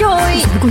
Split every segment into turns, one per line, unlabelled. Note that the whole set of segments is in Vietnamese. còn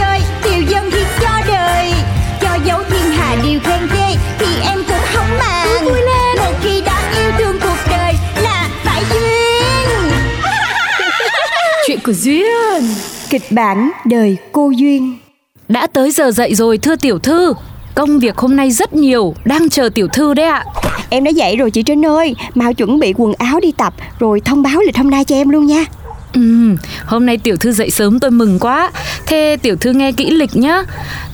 chơi Điều dân thì cho đời Cho dấu thiên hà điều khen ghê Thì em cũng không màng
vui lên.
Một khi đã yêu thương cuộc đời Là phải duyên
Chuyện của duyên
Kịch bản đời cô Duyên
Đã tới giờ dậy rồi thưa tiểu thư Công việc hôm nay rất nhiều Đang chờ tiểu thư đấy ạ
Em đã dậy rồi chị Trinh ơi Mau chuẩn bị quần áo đi tập Rồi thông báo lịch hôm nay cho em luôn nha
Ừm, Ừ, Hôm nay tiểu thư dậy sớm tôi mừng quá Thế tiểu thư nghe kỹ lịch nhá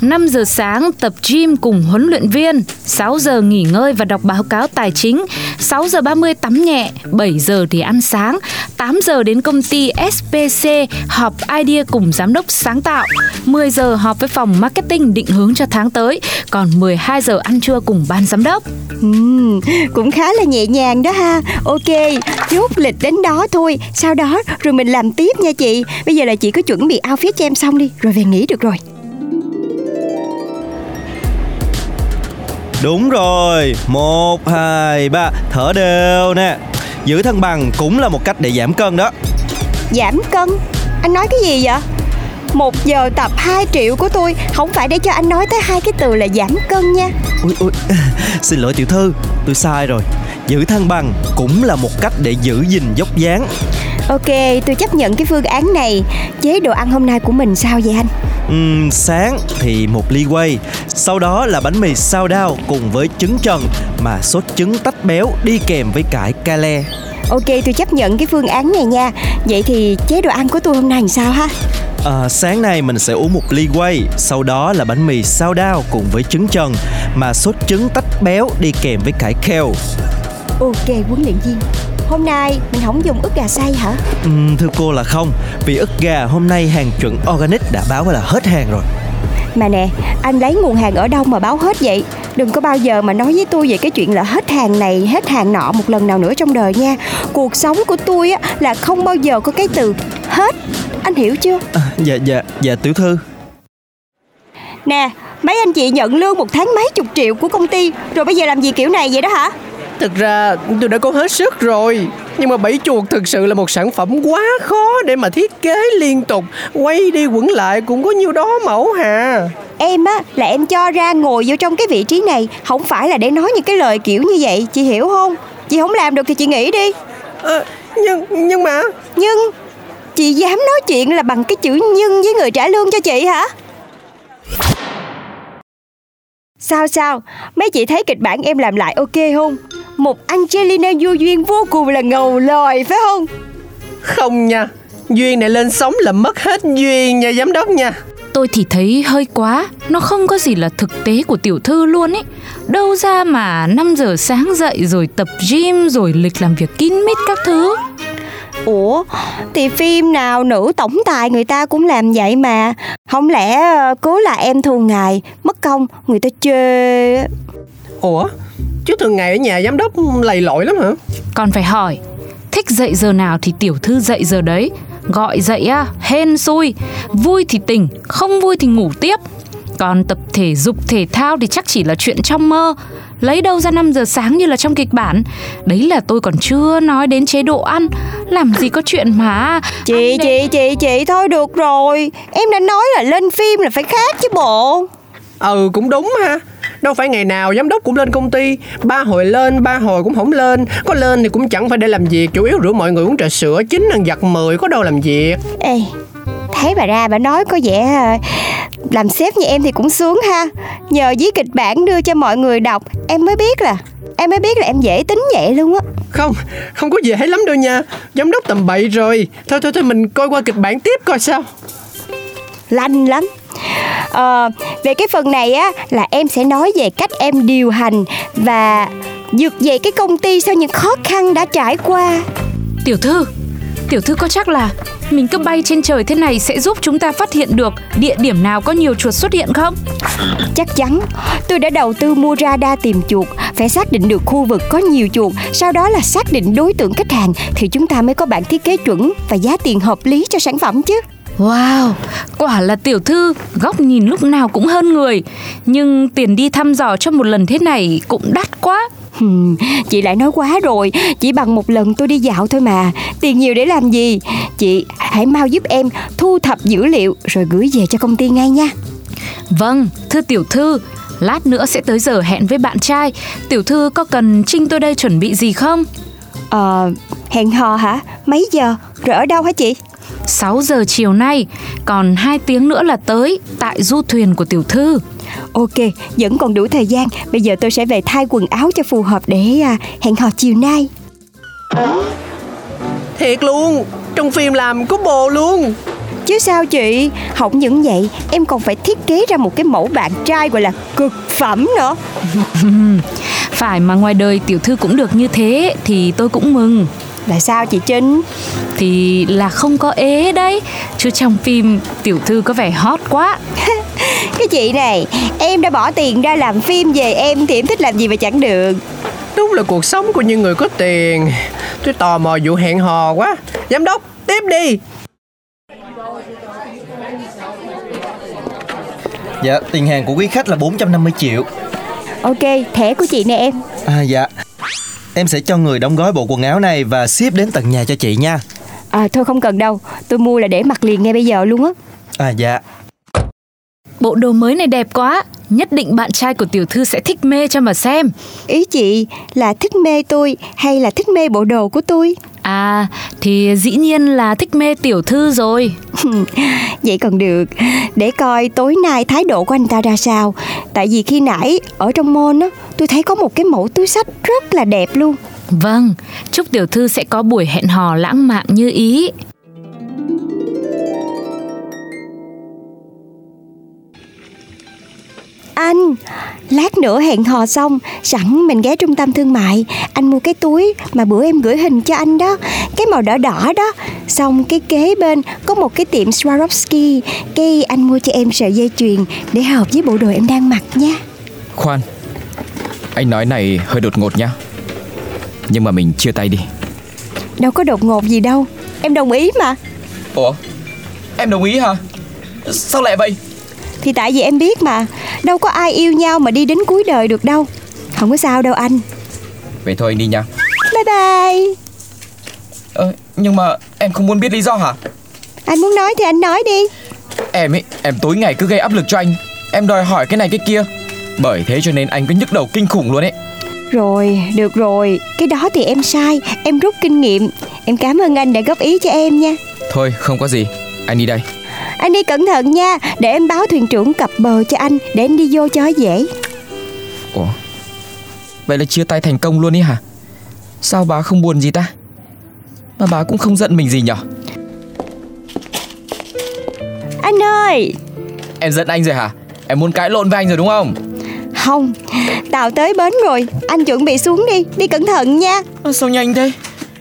5 giờ sáng tập gym cùng huấn luyện viên 6 giờ nghỉ ngơi và đọc báo cáo tài chính 6 giờ 30 tắm nhẹ 7 giờ thì ăn sáng 8 giờ đến công ty SPC Họp idea cùng giám đốc sáng tạo 10 giờ họp với phòng marketing định hướng cho tháng tới Còn 12 giờ ăn trưa cùng ban giám đốc
Ừm, Cũng khá là nhẹ nhàng đó ha Ok chốt lịch đến đó thôi Sau đó rồi mình làm tiếp nha chị Bây giờ là chị cứ chuẩn bị outfit cho em xong đi Rồi về nghỉ được rồi
Đúng rồi, 1, 2, 3, thở đều nè Giữ thân bằng cũng là một cách để giảm cân đó
Giảm cân Anh nói cái gì vậy một giờ tập 2 triệu của tôi Không phải để cho anh nói tới hai cái từ là giảm cân nha
Ui, ui, xin lỗi tiểu thư, tôi sai rồi Giữ thân bằng cũng là một cách để giữ gìn dốc dáng
Ok tôi chấp nhận cái phương án này Chế độ ăn hôm nay của mình sao vậy anh
Ừm, Sáng thì một ly quay Sau đó là bánh mì sao đao cùng với trứng trần Mà sốt trứng tách béo đi kèm với cải ca le
Ok tôi chấp nhận cái phương án này nha Vậy thì chế độ ăn của tôi hôm nay làm sao ha
À, sáng nay mình sẽ uống một ly quay, sau đó là bánh mì sao đao cùng với trứng trần mà sốt trứng tách béo đi kèm với cải keo.
Ok huấn luyện viên Hôm nay mình không dùng ức gà xay hả
Ừm, Ừ, thưa cô là không, vì ức gà hôm nay hàng chuẩn organic đã báo là hết hàng rồi.
Mà nè anh lấy nguồn hàng ở đâu mà báo hết vậy Đừng có bao giờ mà nói với tôi về cái chuyện là hết hàng này hết hàng nọ một lần nào nữa trong đời nha Cuộc sống của tôi á, là không bao giờ có cái từ hết Anh hiểu chưa
À, dạ dạ dạ tiểu thư.
Nè mấy anh chị nhận lương một tháng mấy chục triệu của công ty Rồi bây giờ làm gì kiểu này vậy đó hả
Thực ra tôi đã cố hết sức rồi Nhưng mà bẫy chuột thực sự là một sản phẩm quá khó để mà thiết kế liên tục Quay đi quẩn lại cũng có nhiêu đó mẫu hà
Em á là em cho ra ngồi vô trong cái vị trí này Không phải là để nói những cái lời kiểu như vậy Chị hiểu không Chị không làm được thì chị nghĩ đi
Ờ, Nhưng nhưng mà
Nhưng Chị dám nói chuyện là bằng cái chữ nhưng với người trả lương cho chị hả Sao sao Mấy chị thấy kịch bản em làm lại ok không Một Angelina vô duyên vô cùng là ngầu lòi phải không
Không nha Duyên này lên sóng là mất hết duyên nha giám đốc nha
Tôi thì thấy hơi quá, nó không có gì là thực tế của tiểu thư luôn ấy. Đâu ra mà 5 giờ sáng dậy rồi tập gym rồi lịch làm việc kín mít các thứ.
Ủa Thì phim nào nữ tổng tài người ta cũng làm vậy mà Không lẽ ờ, cố là em thường ngày Mất công người ta chê
Ủa Chứ thường ngày ở nhà giám đốc lầy lội lắm hả
Còn phải hỏi, thích dậy giờ nào thì tiểu thư dậy giờ đấy. Gọi dậy á, hên xui, vui thì tỉnh, không vui thì ngủ tiếp. Còn tập thể dục thể thao thì chắc chỉ là chuyện trong mơ. Lấy đâu ra 5 giờ sáng như là trong kịch bản Đấy là tôi còn chưa nói đến chế độ ăn Làm gì có chuyện mà
Chị
ăn
chị
để-
chị chị thôi được rồi Em đã nói là lên phim là phải khác chứ bộ
Ừ cũng đúng ha Đâu phải ngày nào giám đốc cũng lên công ty Ba hồi lên, ba hồi cũng không lên Có lên thì cũng chẳng phải để làm việc Chủ yếu rủ mọi người uống trà sữa Chín ăn giặt mười có đâu làm việc
Ê Thấy bà ra bà nói có vẻ ờ, Làm sếp như em thì cũng sướng ha Nhờ viết kịch bản đưa cho mọi người đọc Em mới biết là Em mới biết là em dễ tính vậy luôn á
Không, không có dễ lắm đâu nha Giám đốc tầm bậy rồi Thôi thôi thôi mình coi qua kịch bản tiếp coi sao
Lanh lắm Ờ, Về cái phần này á Là em sẽ nói về cách em điều hành Và vượt về cái công ty sau những khó khăn đã trải qua
Tiểu thư, tiểu thư có chắc là mình cứ bay trên trời thế này sẽ giúp chúng ta phát hiện được địa điểm nào có nhiều chuột xuất hiện không?
Chắc chắn, tôi đã đầu tư mua radar tìm chuột, phải xác định được khu vực có nhiều chuột, sau đó là xác định đối tượng khách hàng thì chúng ta mới có bản thiết kế chuẩn và giá tiền hợp lý cho sản phẩm chứ.
Wow, quả là tiểu thư, góc nhìn lúc nào cũng hơn người. Nhưng tiền đi thăm dò cho một lần thế này cũng đắt quá.
Hừm, chị lại nói quá rồi, chỉ bằng một lần tôi đi dạo thôi mà, tiền nhiều để làm gì? Chị hãy mau giúp em thu thập dữ liệu rồi gửi về cho công ty ngay nha.
Vâng, thưa tiểu thư, lát nữa sẽ tới giờ hẹn với bạn trai. Tiểu thư có cần Trinh tôi đây chuẩn bị gì không?
Ờ, hẹn hò hả? Mấy giờ? Rồi ở đâu hả chị?
6 giờ chiều nay, còn 2 tiếng nữa là tới tại du thuyền của tiểu thư.
Ok, vẫn còn đủ thời gian. Bây giờ tôi sẽ về thay quần áo cho phù hợp để à, hẹn hò chiều nay.
Thiệt luôn Trong phim làm có bồ luôn
Chứ sao chị? Không những vậy, em còn phải thiết kế ra một cái mẫu bạn trai gọi là cực phẩm nữa.
Phải mà ngoài đời tiểu thư cũng được như thế thì tôi cũng mừng.
Là sao chị Trinh?
Thì là không có ế đấy, chứ trong phim tiểu thư có vẻ hot quá.
Cái chị này, em đã bỏ tiền ra làm phim về em thì em thích làm gì mà chẳng được.
Đúng là cuộc sống của những người có tiền Tôi tò mò vụ hẹn hò quá Giám đốc tiếp đi
Dạ, tiền hàng của quý khách là 450 triệu.
Ok, thẻ của chị nè em.
À dạ. Em sẽ cho người đóng gói bộ quần áo này và ship đến tận nhà cho chị nha.
À, thôi không cần đâu, tôi mua là để mặc liền ngay bây giờ luôn á.
À dạ.
Bộ đồ mới này đẹp quá, nhất định bạn trai của tiểu thư sẽ thích mê cho mà xem.
Ý chị là thích mê tôi hay là thích mê bộ đồ của tôi?
À, thì dĩ nhiên là thích mê tiểu thư rồi.
Vậy còn được Để coi tối nay thái độ của anh ta ra sao Tại vì khi nãy ở trong môn á Tôi thấy có một cái mẫu túi sách rất là đẹp luôn
Vâng, chúc tiểu thư sẽ có buổi hẹn hò lãng mạn như ý.
Anh Lát nữa hẹn hò xong Sẵn mình ghé trung tâm thương mại Anh mua cái túi mà bữa em gửi hình cho anh đó Cái màu đỏ đỏ đó Xong cái kế bên có một cái tiệm Swarovski Cái anh mua cho em sợi dây chuyền Để hợp với bộ đồ em đang mặc nha
Khoan Anh nói này hơi đột ngột nhá Nhưng mà mình chia tay đi
Đâu có đột ngột gì đâu Em đồng ý mà
Ủa Em đồng ý hả Sao lại vậy
Thì tại vì em biết mà Đâu có ai yêu nhau mà đi đến cuối đời được đâu Không có sao đâu anh
Vậy thôi anh đi nha
Bye bye
ờ, Nhưng mà em không muốn biết lý do hả
Anh muốn nói thì anh nói đi
Em ấy Em tối ngày cứ gây áp lực cho anh Em đòi hỏi cái này cái kia Bởi thế cho nên anh cứ nhức đầu kinh khủng luôn ấy
Rồi, được rồi Cái đó thì em sai Em rút kinh nghiệm Em cảm ơn anh đã góp ý cho em nha
Thôi không có gì Anh đi đây
Anh đi cẩn thận nha Để em báo thuyền trưởng cập bờ cho anh Để anh đi vô cho dễ
Ủa Vậy là chia tay thành công luôn ấy hả Sao bà không buồn gì ta Mà bà cũng không giận mình gì nhở
Anh ơi
Em giận anh rồi hả Em muốn cãi lộn với anh rồi đúng không
Không Tàu tới bến rồi Anh chuẩn bị xuống đi Đi cẩn thận nha
Ơ, Ờ, Sao nhanh thế?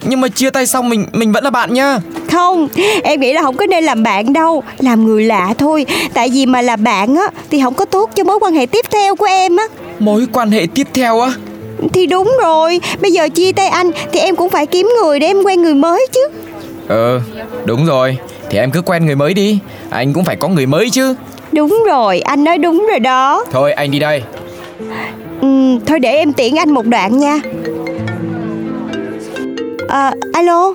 Nhưng mà chia tay xong mình mình vẫn là bạn nhá.
Không, em nghĩ là không có nên làm bạn đâu Làm người lạ thôi Tại vì mà là bạn á Thì không có tốt cho mối quan hệ tiếp theo của em á
Mối quan hệ tiếp theo á.
Thì đúng rồi Bây giờ chia tay anh Thì em cũng phải kiếm người để em quen người mới chứ
Ờ, đúng rồi. Thì em cứ quen người mới đi. Anh cũng phải có người mới chứ.
Đúng rồi, anh nói đúng rồi đó
Thôi anh đi đây.
ừ, Thôi để em tiễn anh một đoạn nha Ờ, alo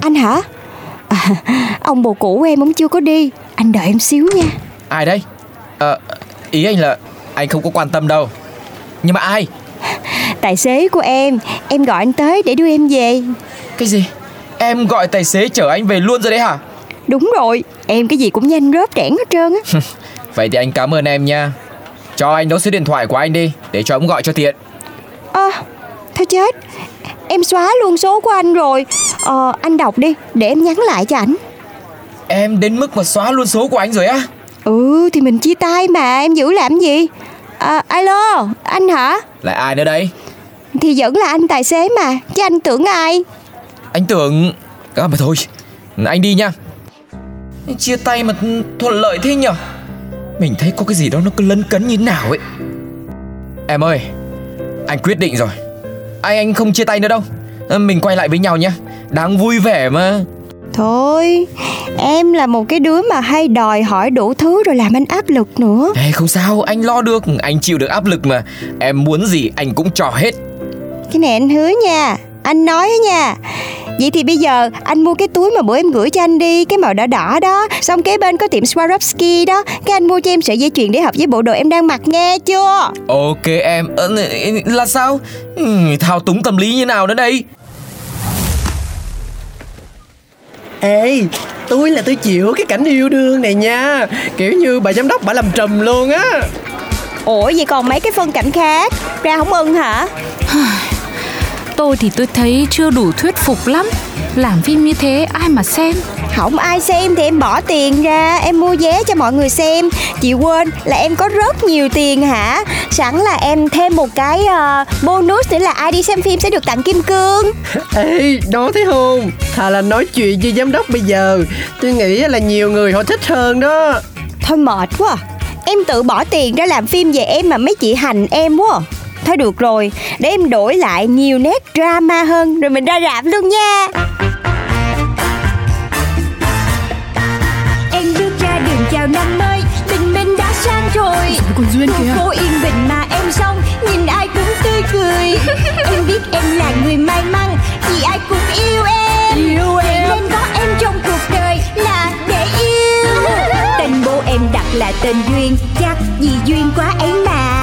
Anh hả? À, ông bồ cũ của em cũng chưa có đi Anh đợi em xíu nha
Ai đấy? Ờ, ý anh là anh không có quan tâm đâu. Nhưng mà ai?
Tài xế của em Em gọi anh tới để đưa em về
Cái gì? Em gọi tài xế chở anh về luôn rồi đấy hả?
Đúng rồi, em cái gì cũng nhanh rớp trẻn hết trơn á
Vậy thì anh cảm ơn em nha Cho anh đốt số điện thoại của anh đi Để cho ông gọi cho tiện
Ơ, À, thôi chết Em xóa luôn số của anh rồi Ờ, anh đọc đi, để em nhắn lại cho ảnh
Em đến mức mà xóa luôn số của anh rồi á
Ừ, thì mình chia tay mà, em giữ làm gì Ờ, alo, anh hả?
Lại ai nữa đây
Thì vẫn là anh tài xế mà, chứ anh tưởng ai
Anh tưởng À mà thôi Anh đi nha Chia tay mà thuận lợi thế nhở Mình thấy có cái gì đó nó cứ lấn cấn như thế nào ấy Em ơi Anh quyết định rồi Anh anh không chia tay nữa đâu À, Mình quay lại với nhau nhé Đáng vui vẻ mà
Thôi, em là một cái đứa mà hay đòi hỏi đủ thứ rồi làm anh áp lực nữa
Ê, Không sao anh lo được Anh chịu được áp lực mà Em muốn gì anh cũng cho hết
Cái này anh hứa nha, anh nói đó nha Vậy thì bây giờ anh mua cái túi mà bữa em gửi cho anh đi Cái màu đỏ đỏ đó Xong kế bên có tiệm Swarovski đó Cái anh mua cho em sợi dây chuyền để hợp với bộ đồ em đang mặc nghe chưa
Ok em Ờ, Là sao Ừ, Thao túng tâm lý như nào nữa đây
Ê, tôi là tôi chịu cái cảnh yêu đương này nha Kiểu như bà giám đốc bà làm trùm luôn á
Ủa vậy còn mấy cái phân cảnh khác Ra không ưng hả
Tôi thì tôi thấy chưa đủ thuyết phục lắm Làm phim như thế ai mà xem
Không ai xem thì em bỏ tiền ra Em mua vé cho mọi người xem Chị quên là em có rất nhiều tiền hả Sẵn là em thêm một cái ờ, bonus nữa là ai đi xem phim sẽ được tặng kim cương
Ê, đó thấy không Thà là nói chuyện với giám đốc bây giờ Tôi nghĩ là nhiều người họ thích hơn đó
Thôi mệt quá à. Em tự bỏ tiền ra làm phim về em mà mấy chị hành em quá à. Thôi được rồi, để em đổi lại nhiều nét drama hơn Rồi mình ra rạp luôn nha
Em bước ra đường chào năm mới Bình minh đã sang rồi
con Duyên
Cô
kìa.
cô yên bình mà em xong Nhìn ai cũng tươi cười Em biết em là người may mắn Vì ai cũng yêu em Yêu em Nên có em trong cuộc đời Là để yêu Tên bố em đặt là tên Duyên Chắc vì duyên quá ấy mà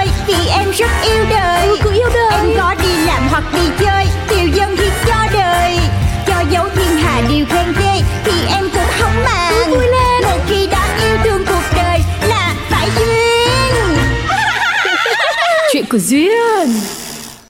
Vì em rất yêu đời Ừ, cũng yêu đời Em có đi làm hoặc đi chơi Tiêu dân hiến cho đời Cho dấu thiên hà điều khen ghê Thì em cũng không màng vui lên Một khi đã yêu thương cuộc đời Là phải duyên
Chuyện của Duyên